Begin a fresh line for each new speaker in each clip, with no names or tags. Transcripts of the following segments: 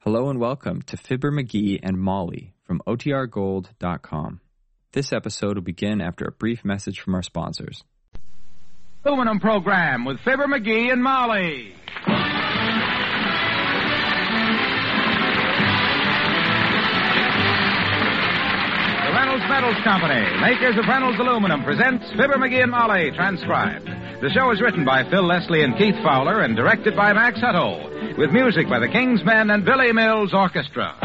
Hello and welcome to Fibber McGee and Molly from OTRGold.com. This episode will begin after a brief message from our sponsors.
Aluminum Program with Fibber McGee and Molly. The Reynolds Metals Company, makers of Reynolds Aluminum, presents Fibber McGee and Molly, transcribed. The show is written by Phil Leslie and Keith Fowler and directed by Max Hutto, with music by the Kingsmen and Billy Mills Orchestra.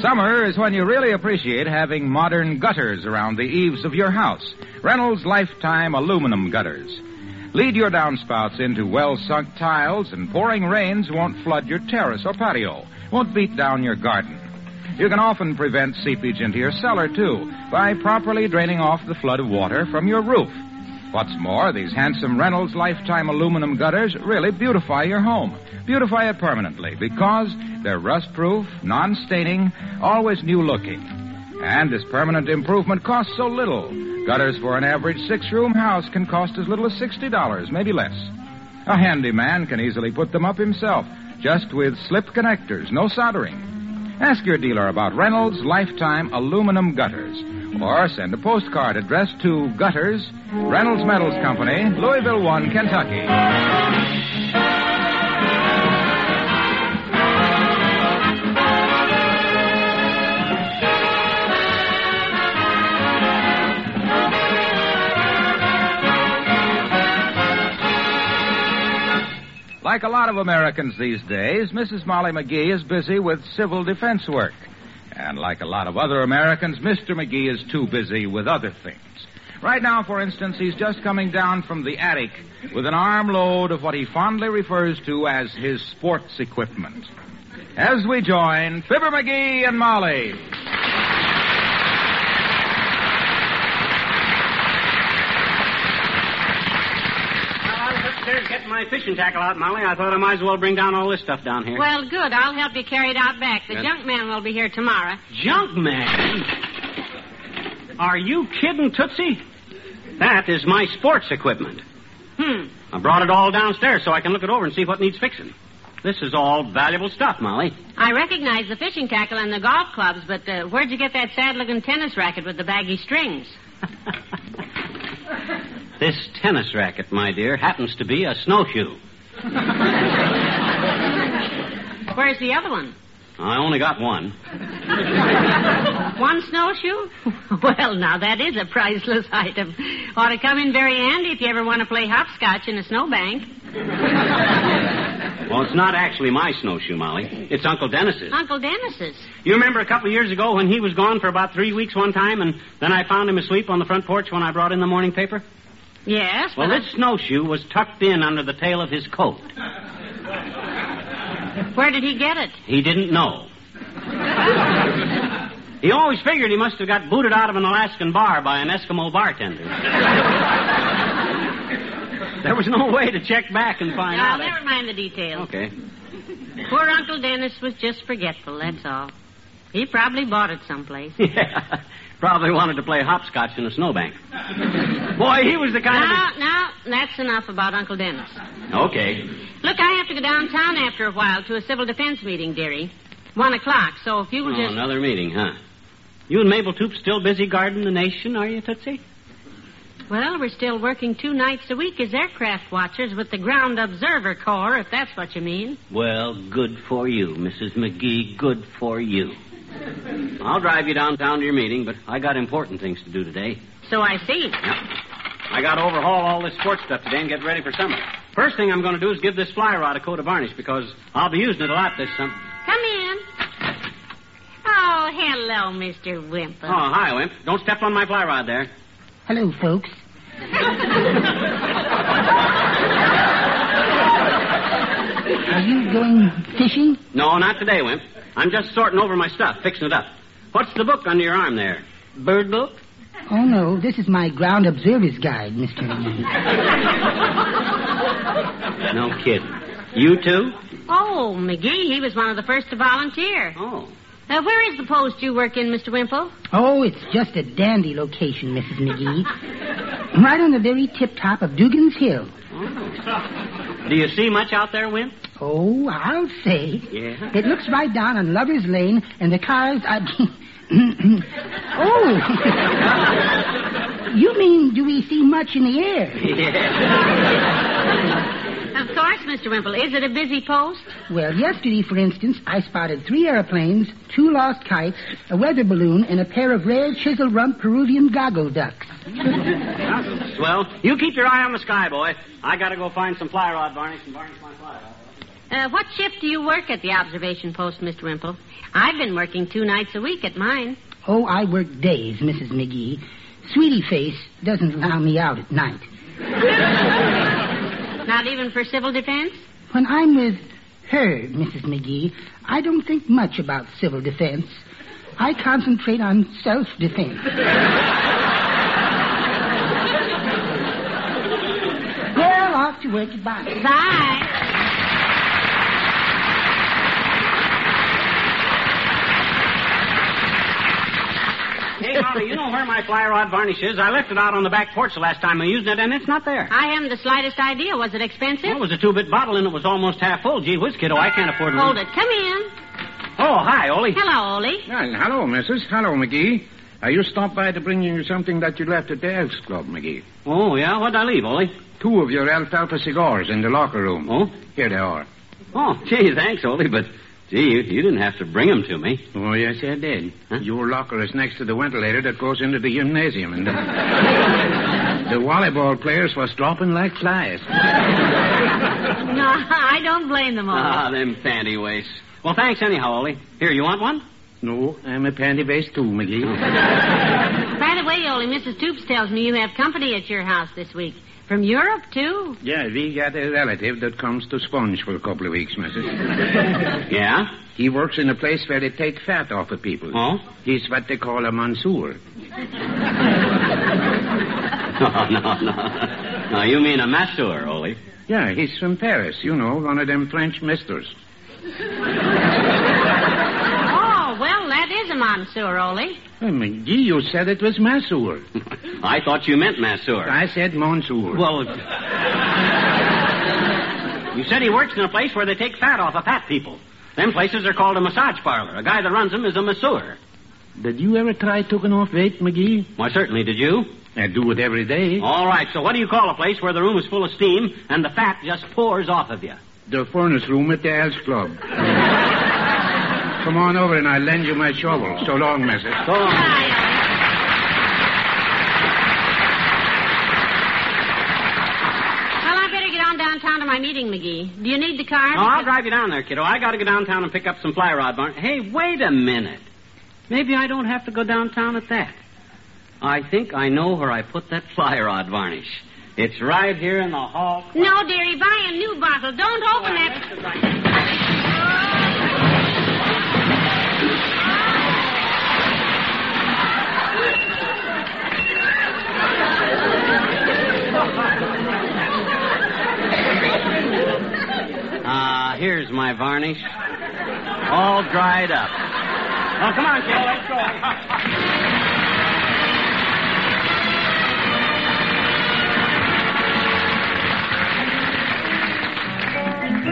Summer is when you really appreciate having modern gutters around the eaves of your house. Reynolds Lifetime Aluminum Gutters. Lead your downspouts into well sunk tiles, and pouring rains won't flood your terrace or patio, won't beat down your garden. You can often prevent seepage into your cellar, too, by properly draining off the flood of water from your roof. What's more, these handsome Reynolds Lifetime aluminum gutters really beautify your home. Beautify it permanently because they're rust proof, non staining, always new looking. And this permanent improvement costs so little. Gutters for an average six room house can cost as little as $60, maybe less. A handyman can easily put them up himself, just with slip connectors, no soldering. Ask your dealer about Reynolds Lifetime Aluminum Gutters or send a postcard addressed to Gutters, Reynolds Metals Company, Louisville 1, Kentucky. Like a lot of Americans these days, Mrs. Molly McGee is busy with civil defense work. And like a lot of other Americans, Mr. McGee is too busy with other things. Right now, for instance, he's just coming down from the attic with an armload of what he fondly refers to as his sports equipment. As we join Fibber McGee and Molly.
Well, I was upstairs getting my fishing tackle out, Molly. I thought I might as well bring down all this stuff down here.
Well, good. I'll help you carry it out back. The
Yes.
junk man will be here tomorrow.
junk man. Are you kidding, Tootsie? That is my sports equipment.
Hmm.
I brought it all downstairs so I can look it over and see what needs fixing. This is all valuable stuff, Molly.
I recognize the fishing tackle and the golf clubs, but uh, where'd you get that sad-looking tennis racket with the baggy strings?
This tennis racket, my dear, happens to be a snowshoe.
Where's the other one?
I only got one.
One snowshoe? well, now that is a priceless item. Ought to come in very handy if you ever want to play hopscotch in a snowbank.
Well, it's not actually my snowshoe, Molly. It's Uncle Dennis's.
Uncle Dennis's.
You remember a couple of years ago when he was gone for about three weeks one time, and then I found him asleep on the front porch when I brought in the morning paper?
Yes.
Well,
but
this snowshoe was tucked in under the tail of his coat.
where did he get it?
He didn't know. he always figured he must have got booted out of an Alaskan bar by an Eskimo bartender. there was no way to check back and find
Now,
out.
never mind the details.
Okay.
Poor Uncle Dennis was just forgetful, that's all. He probably bought it someplace.
Yeah. Probably wanted to play hopscotch in a snowbank. Boy, he was the kind of.
Now, now, that's enough about Uncle Dennis.
Okay.
Look, I have to go downtown after a while to a civil defense meeting, dearie. One o'clock, so if you will
Oh,
just.
another meeting, huh? You and Mabel Toop still busy guarding the nation, are you, Tootsie?
Well, we're still working two nights a week as aircraft watchers with the Ground Observer Corps, if that's what you mean.
Well, good for you, Mrs. McGee. Good for you. I'll drive you downtown to your meeting, but I got important things to do today.
So I see.
I got to overhaul all this sports stuff today and get ready for summer. First thing I'm going to do is give this fly rod a coat of varnish because I'll be using it a lot this summer.
Come in. Oh, hello, Mr.
Oh,
Wimple.
hi, Wimp. Don't step on my fly rod there.
Hello, folks. Are you going fishing?
No, not today, Wimp. I'm just sorting over my stuff, fixing it up. What's the book under your arm there? Bird book?
Oh, no. This is my ground observers guide, Mr. Lemon.
No kidding. You too?
Oh, McGee, he was one of the first to volunteer.
Oh.
Uh, where is the post you work in, Mr. Wimple?
Oh, it's just a dandy location, Mrs. McGee. Right on the very tip top of Dugan's Hill.
Do you see much out there, Wimp?
Oh, I'll say.
Yeah.
It looks right down on Lover's Lane, and the cars are. oh! you mean, do we see much in the air?
Of course, Mr. Wimple. Is it a busy post?
Well, yesterday, for instance, I spotted three airplanes, two lost kites, a weather balloon, and a pair of rare chisel rump Peruvian goggle ducks.
Swell. You keep your eye on the sky, boy. I gotta go find some fly rod, Varnish, and varnish my fly rod.
Uh, what shift do you work at the observation post, Mr. Wimple? I've been working two nights a week at mine.
Oh, I work days, Mrs. McGee. Sweetie Face doesn't allow me out at night.
Not even for civil defense?
When I'm with her, Mrs. McGee, I don't think much about civil defense. I concentrate on self defense. well, off to work. Goodbye.
Bye.
Hey, Molly, you know where my fly rod varnish is? I left it out on the back porch the last time I used it, and it's not there.
I haven't the slightest idea. Was it expensive?
That was a two-bit bottle, and it was almost half full. Gee whiz, kiddo, I can't afford
Hold
one.
it. Come in.
Oh, hi, Ollie.
Hello, Ollie.
Well, hello, Mrs. Hello, McGee. Uh, you stopped by to bring you something that you left at the Elks Club, McGee.
Oh, yeah? What'd I leave, Ollie?
Two of your alfalfa cigars in the locker room.
Oh?
Here they are.
Oh, gee, thanks, Ollie, but, gee, you, you didn't have to bring them to me.
Oh, yes, I did.
Huh?
Your locker is next to the ventilator that goes into the gymnasium, and the, the volleyball players was dropping like flies.
No, I don't blame them, Ollie.
Ah, them fancy waist. Well, thanks anyhow, Ollie. Here, you want one?
No, I'm a panty base too, McGee.
Oh.
By the way, Ollie, Mrs. Toops tells me you have company at your house this week. From Europe, too?
yeah, we got a relative that comes to sponge for a couple of weeks, Mrs.
Yeah?
he works in a place where they take fat off of people.
Oh?
He's what they call a mansoor.
No, no, Oh, no. No, you mean a masseur, Ollie.
Yeah, he's from Paris, you know, one of them French misters.
Oh, well, that is a monsieur, Ollie.
Well, McGee, you said it was Massour.
I thought you meant masseur.
I said Monsieur.
Well, you said he works in a place where they take fat off of fat people. Them places are called a massage parlor. A guy that runs them is a masseur.
did you ever try taking off weight, McGee?
Why, certainly, did you?
I do it every day.
All right, so what do you call a place where the room is full of steam and the fat just pours off of you?
The furnace room at the Elks Club. Come on over and I'll lend you my shovel. So long, Mrs.
Go on.
Bye, Ollie. Well, I better get on downtown to my meeting, McGee. Do you need the car?
No, I'll drive you down there, kiddo. I gotta go downtown and pick up some fly rod barn. Hey, wait a minute. Maybe I don't have to go downtown at that. I think I know where I put that fly rod varnish. It's right here in the hall.
No, dearie, buy a new bottle. Don't open that.
Ah, here's my varnish. All dried up. Oh, come on, kiddo. Let's go.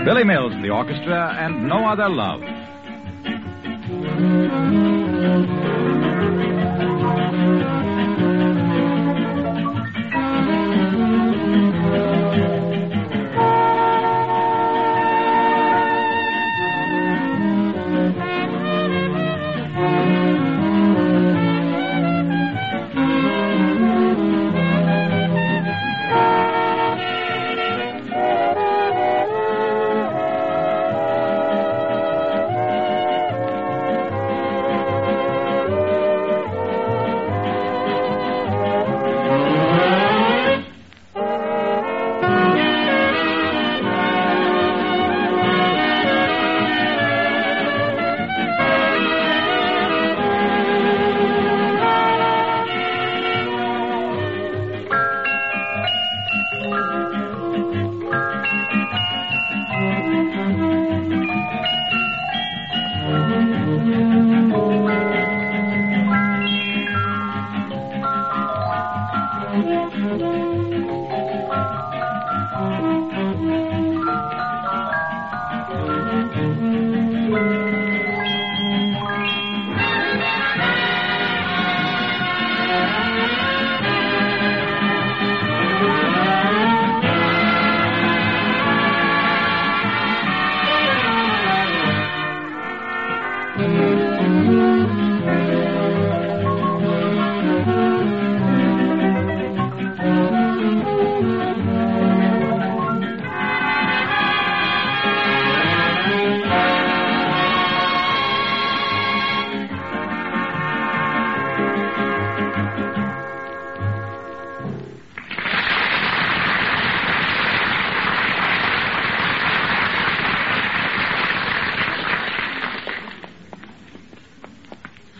Billy Mills and the orchestra, and no other love.
Thank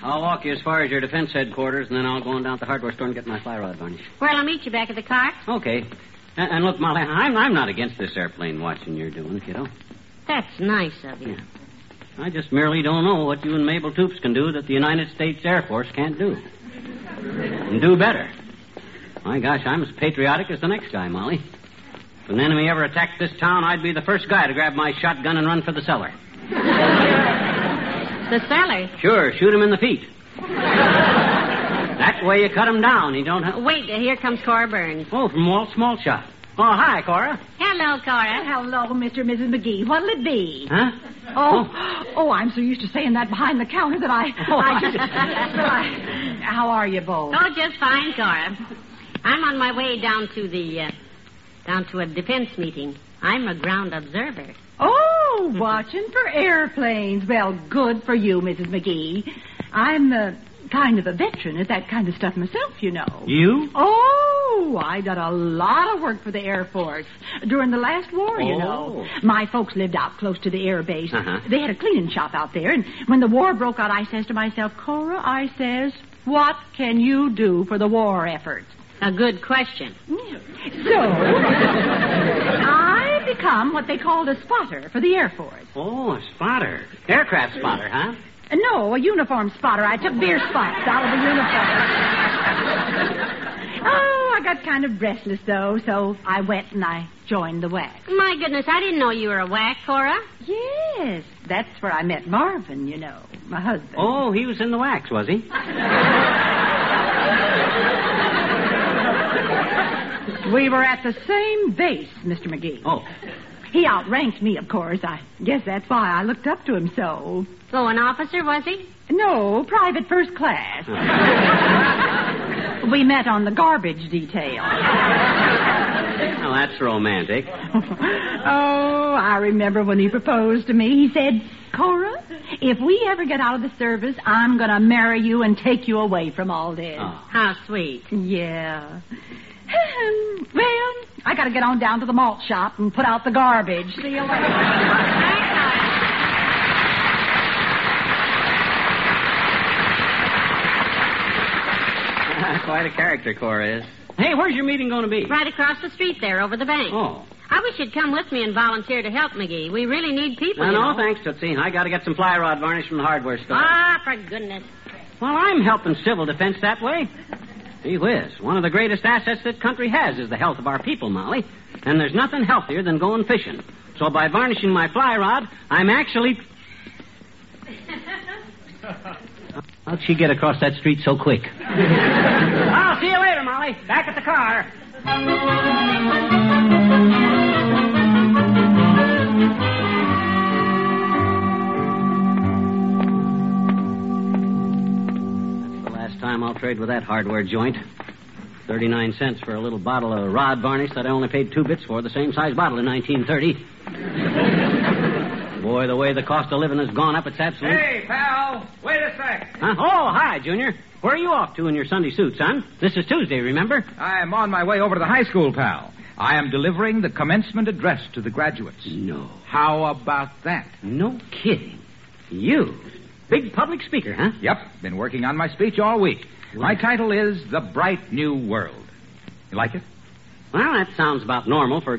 I'll walk you as far as your defense headquarters, and then I'll go on down to the hardware store and get my fly rod varnish.
Well, I'll meet you back at the car.
Okay. A- And, look, Molly, I'm, I'm not against this airplane watching you're doing, kiddo.
That's nice of you.
I just merely don't know what you and Mabel Toops can do that the United States Air Force can't do. And do better. My gosh, I'm as patriotic as the next guy, Molly. If an enemy ever attacked this town, I'd be the first guy to grab my shotgun and run for the cellar.
The cellar.
Sure, shoot him in the feet. that way you cut him down. You don't have.
Wait, here comes Cora Burns.
Oh, from Walt Small Shop. Oh, hi, Cora.
Hello, Cora.
Hello, Mr. and Mrs. McGee. What'll it be?
Huh?
Oh, oh, I'm so used to saying that behind the counter that I,
Oh,
I
I
just. I- how are you both?
Oh, just fine, Cora. I'm on my way down to the, uh, down to a defense meeting. I'm a ground observer.
Oh, watching for airplanes. Well, good for you, Mrs. McGee. I'm uh, kind of a veteran at that kind of stuff myself, you know.
You?
Oh, I done a lot of work for the Air Force during the last war, you
Oh.
know. My folks lived out close to the air base.
Uh-huh.
They had a cleaning shop out there, and when the war broke out, I says to myself, Cora, I says, what can you do for the war effort?
A good question.
So, I become what they called a spotter for the Air Force.
Oh, a spotter. Aircraft spotter, huh?
No, a uniform spotter. I took beer spots out of the uniform. oh, I got kind of restless, though, so I went and I joined the WAC.
My goodness, I didn't know you were a whack, Cora.
Yes, that's where I met Marvin, you know, my husband.
Oh, he was in the wax, was he?
We were at the same base, Mr. McGee.
Oh.
He outranked me, of course. I guess that's why I looked up to him so.
So an officer, was he?
No, private first class. we met on the garbage detail.
Well, that's romantic.
oh, I remember when he proposed to me. He said, Cora, if we ever get out of the service, I'm going to marry you and take you away from all this.
Oh.
How Ah, sweet.
Yeah. well, I got to get on down to the malt shop and put out the garbage. See you later.
Quite a character, Cora is. Hey, where's your meeting going to be?
Right across the street there, over the bank.
Oh.
I wish you'd come with me and volunteer to help, McGee. We really need people.
No,
you
no,
know.
thanks, Tootsie. I got to get some fly rod varnish from the hardware store.
Ah, for goodness.
Well, I'm helping civil defense that way. Gee whiz, one of the greatest assets this country has is the health of our people, Molly. And there's nothing healthier than going fishing. So by varnishing my fly rod, I'm actually. How'd she get across that street so quick? I'll see you later, Molly. Back at the car. That's the last time I'll trade with that hardware joint. 39 cents for a little bottle of rod varnish that I only paid two bits for, the same size bottle in 1930. Boy, the way the cost of living has gone up, it's absolute.
Hey, pal, wait a sec.
Huh? Oh, hi, Junior. Where are you off to in your Sunday suit, son? This is Tuesday, remember?
I'm on my way over to the high school, pal. I am delivering the commencement address to the graduates.
No.
How about that?
No kidding. You? Big public speaker, huh?
Yep, been working on my speech all week. My title is The Bright New World. You like it?
Well, that sounds about normal for a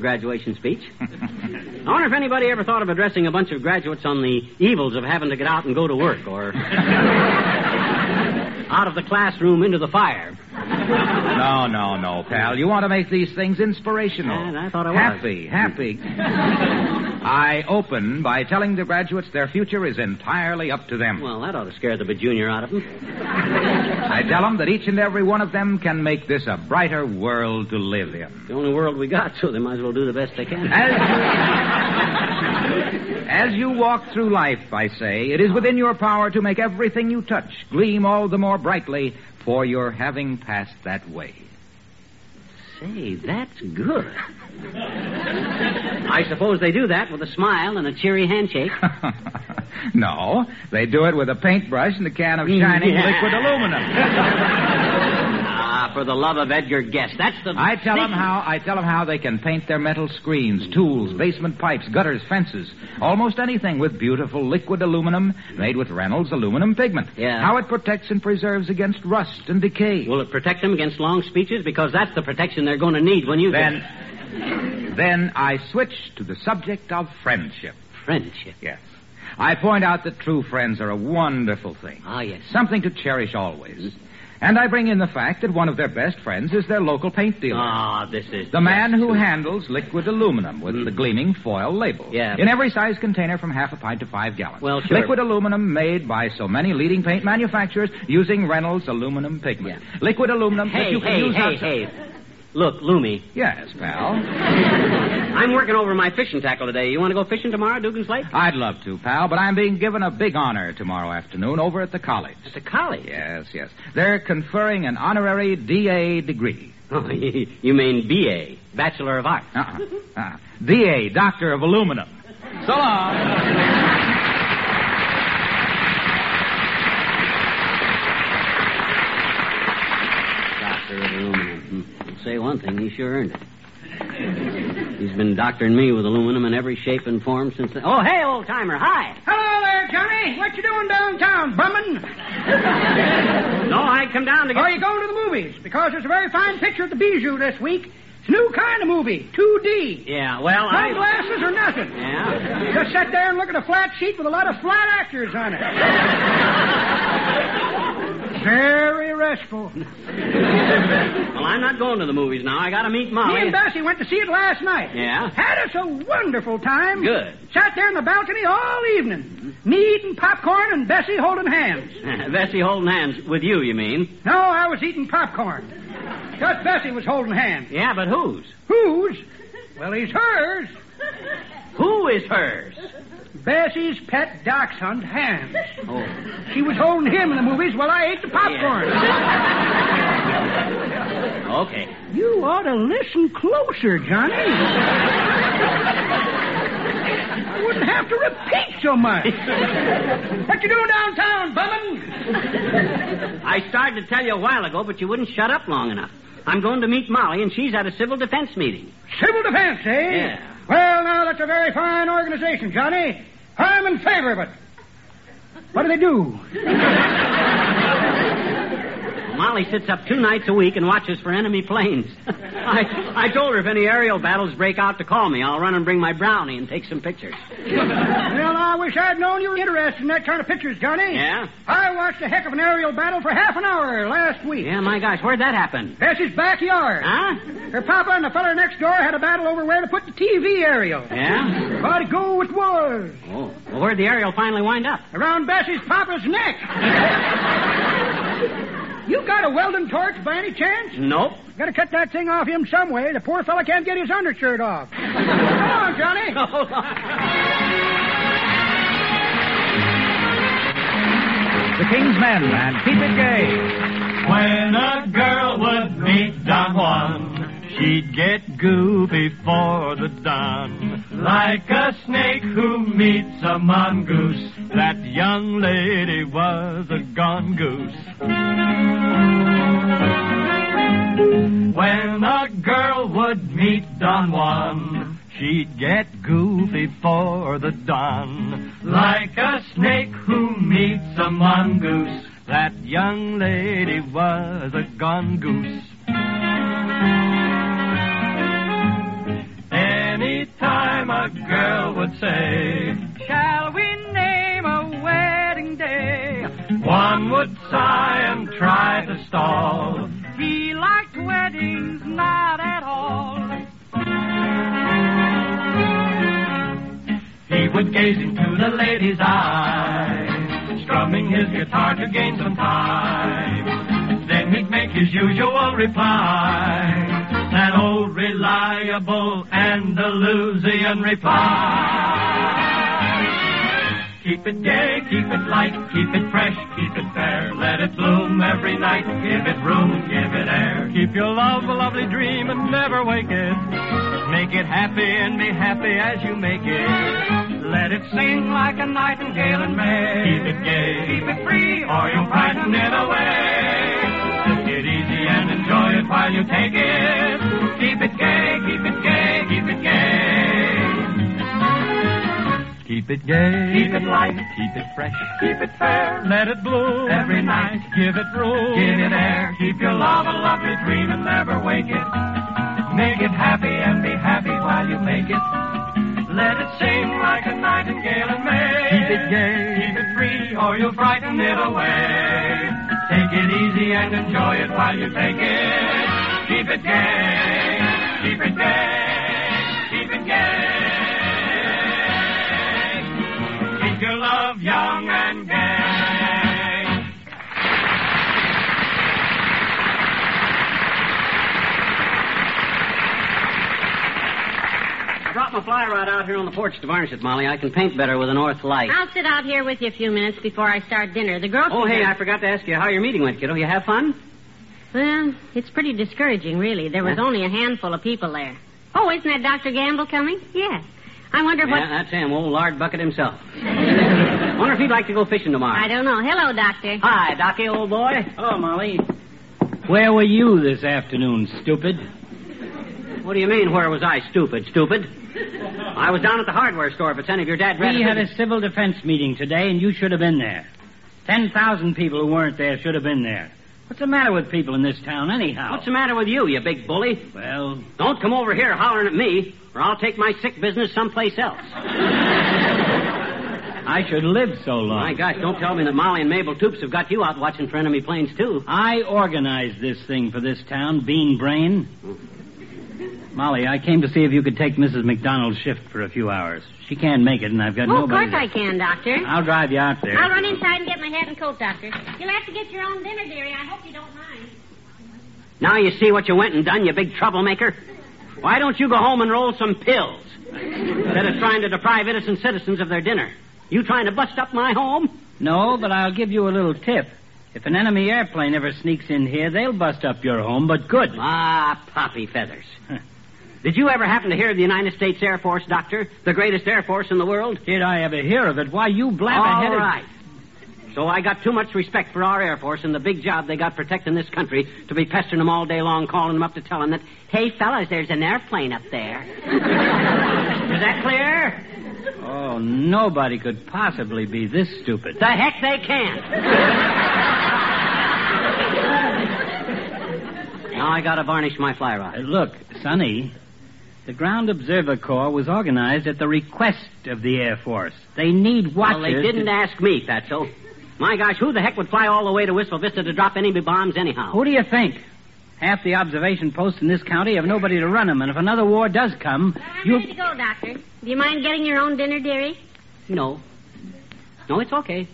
graduation speech. I wonder if anybody ever thought of addressing a bunch of graduates on the evils of having to get out and go to work or out of the classroom into the fire.
No, no, no, pal. You want to make these things inspirational.
And I thought I was.
Happy, happy. I open by telling the graduates their future is entirely up to them.
Well, that ought to scare the bejunior out of them.
I tell them that each and every one of them can make this a brighter world to live in.
The only world we got, so they might as well do the best they can.
As you walk through life, I say, it is within your power to make everything you touch gleam all the more brightly for your having passed that way.
Say, that's good. I suppose they do that with a smile and a cheery handshake.
no, they do it with a paintbrush and a can of shining
Yeah.
liquid aluminum.
ah, for the love of Edgar Guest. That's the.
I tell them how I tell them how they can paint their metal screens, tools, basement pipes, gutters, fences, almost anything with beautiful liquid aluminum made with Reynolds aluminum pigment.
Yeah.
How it protects and preserves against rust and decay.
Will it protect them against long speeches? Because that's the protection they're going to need when you
Then, then I switch to the subject of friendship.
friendship.
Yes. I point out that true friends are a wonderful thing,
Ah, yes.
something to cherish always. And I bring in the fact that one of their best friends is their local paint dealer.
Ah, this is
the man
just
who
too-
handles liquid aluminum with the gleaming foil label.
Yeah.
In every size container from half a pint to five gallons.
Well, sure.
Liquid aluminum made by so many leading paint manufacturers using Reynolds aluminum pigment. Liquid aluminum that
Hey,
you can
hey,
use
hey,
outside-
hey. Look, Loomy,
Yes, pal.
I'm working over my fishing tackle today. You want to go fishing tomorrow, Dugan's Lake?
I'd love to, pal, but I'm being given a big honor tomorrow afternoon over at the college.
At the college.
Yes, yes. They're conferring an honorary DA degree.
Oh, you mean B.A., Bachelor of Arts.
Uh-uh. uh DA, Doctor of Aluminum. So long.
Doctor of aluminum. Hmm. I'll say one thing, he sure earned it. He's been doctoring me with aluminum in every shape and form since then. Oh, hey, old timer, hi.
Hello there, Johnny. What you doing downtown, bummin'?
No, I come down to get...
Or you going to the movies? Because there's a very fine picture at the Bijou this week. It's a new kind of movie, 2D.
Yeah, well,
No
I...
glasses or nothing.
Yeah.
Just sit there and look at a flat sheet with a lot of flat actors on it. Very restful. Me
Well, I'm not going to the movies now. I got to meet Molly.
and Bessie went to see it last night.
Yeah?
Had us a wonderful time.
Good. Mm-hmm.
Sat there in the balcony all evening. Me eating popcorn and Bessie holding hands.
Bessie holding hands with you, you mean?
No, I was eating popcorn. Just Bessie was holding hands.
Yeah, but whose?
Whose? Well, he's hers.
Who is hers?
Bessie's pet dachshund, Hans.
Oh.
She was holding him in the movies while I ate the popcorn.
Okay.
You ought to listen closer, Johnny. I wouldn't have to repeat so much. what you doing downtown, bummin'?
I started to tell you a while ago, but you wouldn't shut up long enough. I'm going to meet Molly, and she's at a civil defense meeting.
Civil defense, eh?
Yeah.
Well, now, that's a very fine organization, Johnny. I'm in favor of it. What do they do?
Molly sits up two nights a week and watches for enemy planes. I, I told her if any aerial battles break out to call me, I'll run and bring my brownie and take some pictures. Oh,
Well, I wish I'd known you were interested in that kind of pictures, Johnny.
Yeah?
I watched a heck of an aerial battle for half an hour last week.
Yeah, my gosh, where'd that happen?
Bessie's backyard.
Huh?
Her papa and the feller next door had a battle over where to put the TV aerial.
Yeah?
About to go it was.
Oh, well, where'd the aerial finally wind up?
Around Bessie's papa's neck. you got a welding torch by any chance?
Nope.
Gotta cut that thing off him some way. The poor fella can't get his undershirt off. Come on, Johnny.
The King's Men and keep it gay.
When a girl would meet Don Juan, she'd get goo before the dawn. Like a snake who meets a mongoose, that young lady was a gone goose. When a girl would meet Don Juan, she'd get goo before the dawn. Like a snake who meets a mongoose, that young lady was a gone goose. would say.
Shall we name a wedding day?
One would sigh and try to stall.
He liked weddings not at all.
He would gaze into the lady's eyes, strumming his guitar to gain some time. Then he'd make his usual reply, that old reliable Andalusian reply. Keep it gay, keep it light, keep it fresh, keep it fair. Let it bloom every night. Give it room, give it air. Keep your love a lovely dream and never wake it. Make it happy and be happy as you make it. Let it sing like a nightingale in May. Keep it gay, keep it free, or you'll frighten it away. Take it easy and enjoy it while you take it. Keep it gay, keep it gay, keep it gay. Keep it gay, keep it light, keep it fresh, keep it fair. Let it bloom every night. Give it room, give it air. Keep your love a lovely dream and never wake it. Make it happy and be happy while you make it. Let it sing like a nightingale in May. Keep it gay, keep it free, or you'll frighten it away. Take it easy and enjoy it while you take it. Keep it gay, keep it gay, keep it gay. Keep your love young and gay.
I brought my fly rod out here on the porch to varnish it, Molly. I can paint better with a north light.
I'll sit out here with you a few minutes before I start dinner. The girls.
Oh, hey, I forgot to ask you how your meeting went, kiddo. You have fun?
Well, it's pretty discouraging, really. There was
Yeah.
only a handful of people there. Oh, isn't that Dr. Gamble coming? Yes. I wonder what.
Yeah, that's him, old lard bucket himself. Wonder if he'd like to go fishing tomorrow.
I don't know. Hello, Doctor. Oh,
Hi, Docky, old boy.
Hello, Molly. Where were you this afternoon, stupid?
What do you mean, where was I? Stupid, stupid. I was down at the hardware store if it's any of your dad read
We
it.
had a civil defense meeting today, and you should have been there. Ten thousand people who weren't there should have been there. What's the matter with people in this town, anyhow?
What's the matter with you, you big bully?
Well,
Don't come over here hollering at me, or I'll take my sick business someplace else.
I should live so long.
My gosh, don't tell me that Molly and Mabel Toops have got you out watching for enemy planes, too.
I organized this thing for this town, Bean Brain. Molly, I came to see if you could take Mrs. McDonald's shift for a few hours. She can't make it, and I've got
Oh, of
nobody.
course I can, Doctor.
will drive you out there.
I'll run inside and get my hat and coat, Doctor. You'll have to get your own dinner, dearie. I hope you don't mind.
Now you see what you went and done, you big troublemaker. Why don't you go home and roll some pills instead of trying to deprive innocent citizens of their dinner? You trying to bust up my home?
No, but I'll give you a little tip. If an enemy airplane ever sneaks in here, they'll bust up your home, but good.
Ah, poppy feathers. Did you ever happen to hear of the United States Air Force, Doctor? The greatest Air Force in the world?
Did I ever hear of it? Why, you
All
blabberheaded.
right. So I got too much respect for our Air Force and the big job they got protecting this country to be pestering them all day long, calling them up to tell them that, hey, fellas, there's an airplane up there. Is that clear?
Oh, nobody could possibly be this stupid.
The heck they can. now I gotta varnish my fly
Uh,
rod.
look, Sonny, the Ground Observer Corps was organized at the request of the Air Force. They need watchers.
Well, they didn't
to-
ask me, Fatso. My gosh, who the heck would fly all the way to Whistle Vista to drop enemy bombs anyhow?
Who do you think? Half the observation posts in this county have nobody to run them, and if another war does come,
Well, I'm
you.
ready to go, Doctor. Do you mind getting your own dinner, dearie?
No. No, it's okay.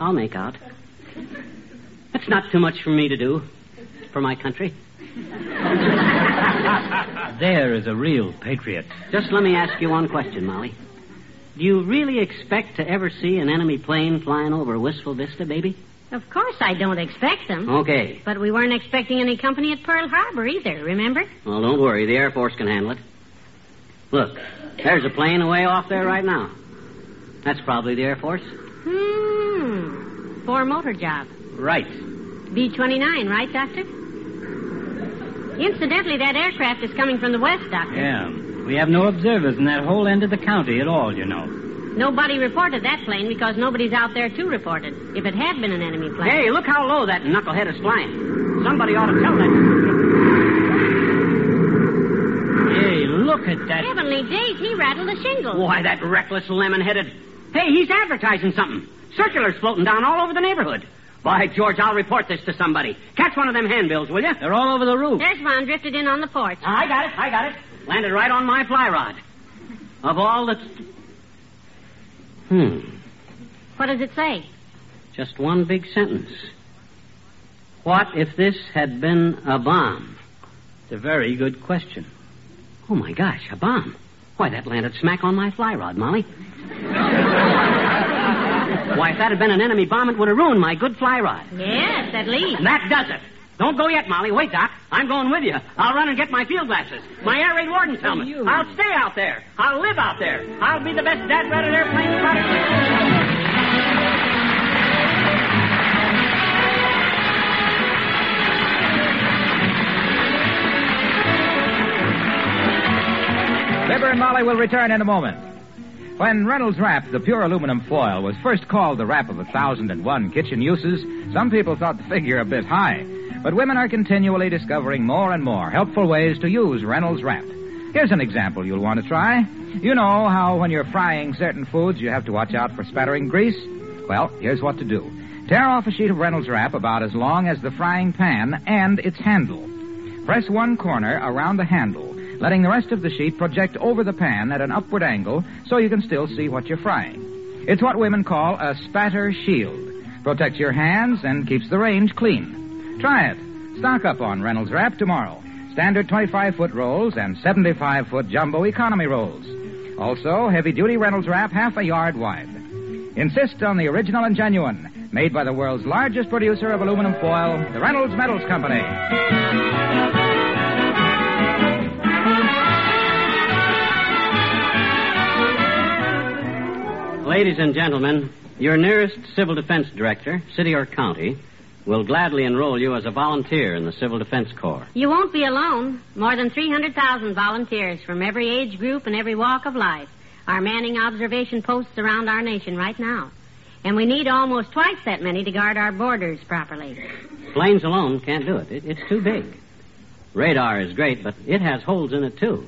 I'll make out. That's not too much for me to do for my country.
There is a real patriot.
Just let me ask you one question, Molly. Do you really expect to ever see an enemy plane flying over Wistful Vista, baby?
Of course I don't expect them.
Okay.
But we weren't expecting any company at Pearl Harbor either, remember?
Well, don't worry. The Air Force can handle it. Look, there's a plane away off there right now. That's probably the Air Force.
Hmm. Four motor job.
Right.
B 29, right, Doctor? Incidentally, that aircraft is coming from the west, Doctor.
Yeah. We have no observers in that whole end of the county at all, you know.
Nobody reported that plane because nobody's out there to report it. If it had been an enemy plane.
Hey, look how low that knucklehead is flying. Somebody ought to tell that.
Hey, look Look at that.
Heavenly days, he rattled a shingle.
Why, that reckless lemon-headed... Hey, he's advertising something. Circulars floating down all over the neighborhood. By George, I'll report this to somebody. Catch one of them handbills, will you?
They're all over the roof.
There's one drifted in on the porch.
I got it. I got it. Landed right on my fly rod. Of all that's... Hmm.
What does it say?
Just one big sentence. What if this had been a bomb?
It's a very good question.
Oh, my gosh, a bomb. Why, that landed smack on my fly rod, Molly. Why, if that had been an enemy bomb, it would have ruined my good fly rod.
Yes, at least.
And that does it. Don't go yet, Molly. Wait, Doc. I'm going with you. I'll run and get my field glasses. My air raid warden's helmet. I'll stay out there. I'll live out there. I'll be the best dad ratted airplane spotter.
Libber and Molly will return in a moment. When Reynolds Wrap, the pure aluminum foil, was first called the wrap of a thousand and one kitchen uses, some people thought the figure a bit high. But women are continually discovering more and more helpful ways to use Reynolds Wrap. Here's an example you'll want to try. You know how when you're frying certain foods you have to watch out for spattering grease? Well, here's what to do. Tear off a sheet of Reynolds Wrap about as long as the frying pan and its handle. Press one corner around the handle, letting the rest of the sheet project over the pan at an upward angle so you can still see what you're frying. It's what women call a spatter shield. Protects your hands and keeps the range clean. Try it. Stock up on Reynolds Wrap tomorrow. Standard 25 foot rolls and 75 foot jumbo economy rolls. Also, heavy duty Reynolds Wrap half a yard wide. Insist on the original and genuine, made by the world's largest producer of aluminum foil, the Reynolds Metals Company.
Ladies and gentlemen, your nearest civil defense director, city or county, will gladly enroll you as a volunteer in the Civil Defense Corps.
You won't be alone. More than 300,000 volunteers from every age group and every walk of life are manning observation posts around our nation right now. And we need almost twice that many to guard our borders properly.
Planes alone can't do it. it it's too big. Radar is great, but it has holes in it, too.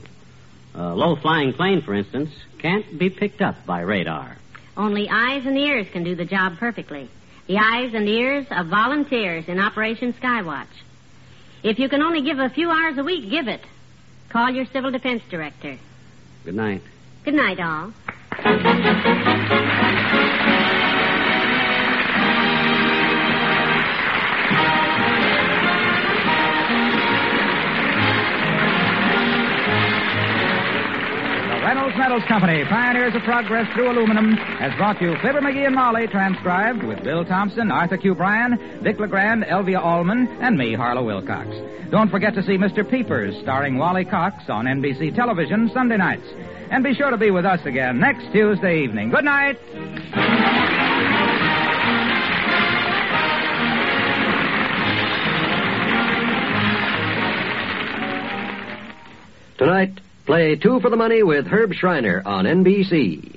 A low flying plane, for instance, can't be picked up by radar.
Only eyes and ears can do the job perfectly. The eyes and ears of volunteers in Operation Skywatch. If you can only give a few hours a week, give it. Call your civil defense director.
Good night.
Good night, all.
The Reynolds Metals Company, pioneers of progress through aluminum, has brought you Fibber McGee and Molly, transcribed with Bill Thompson, Arthur Q. Bryan, Vic LeGrand, Elvia Allman, and me, Harlow Wilcox. Don't forget to see Mr. Peepers, starring Wally Cox, on NBC television Sunday nights. And be sure to be with us again next Tuesday evening. Good night.
Tonight, play Two for the Money with Herb Schreiner on NBC.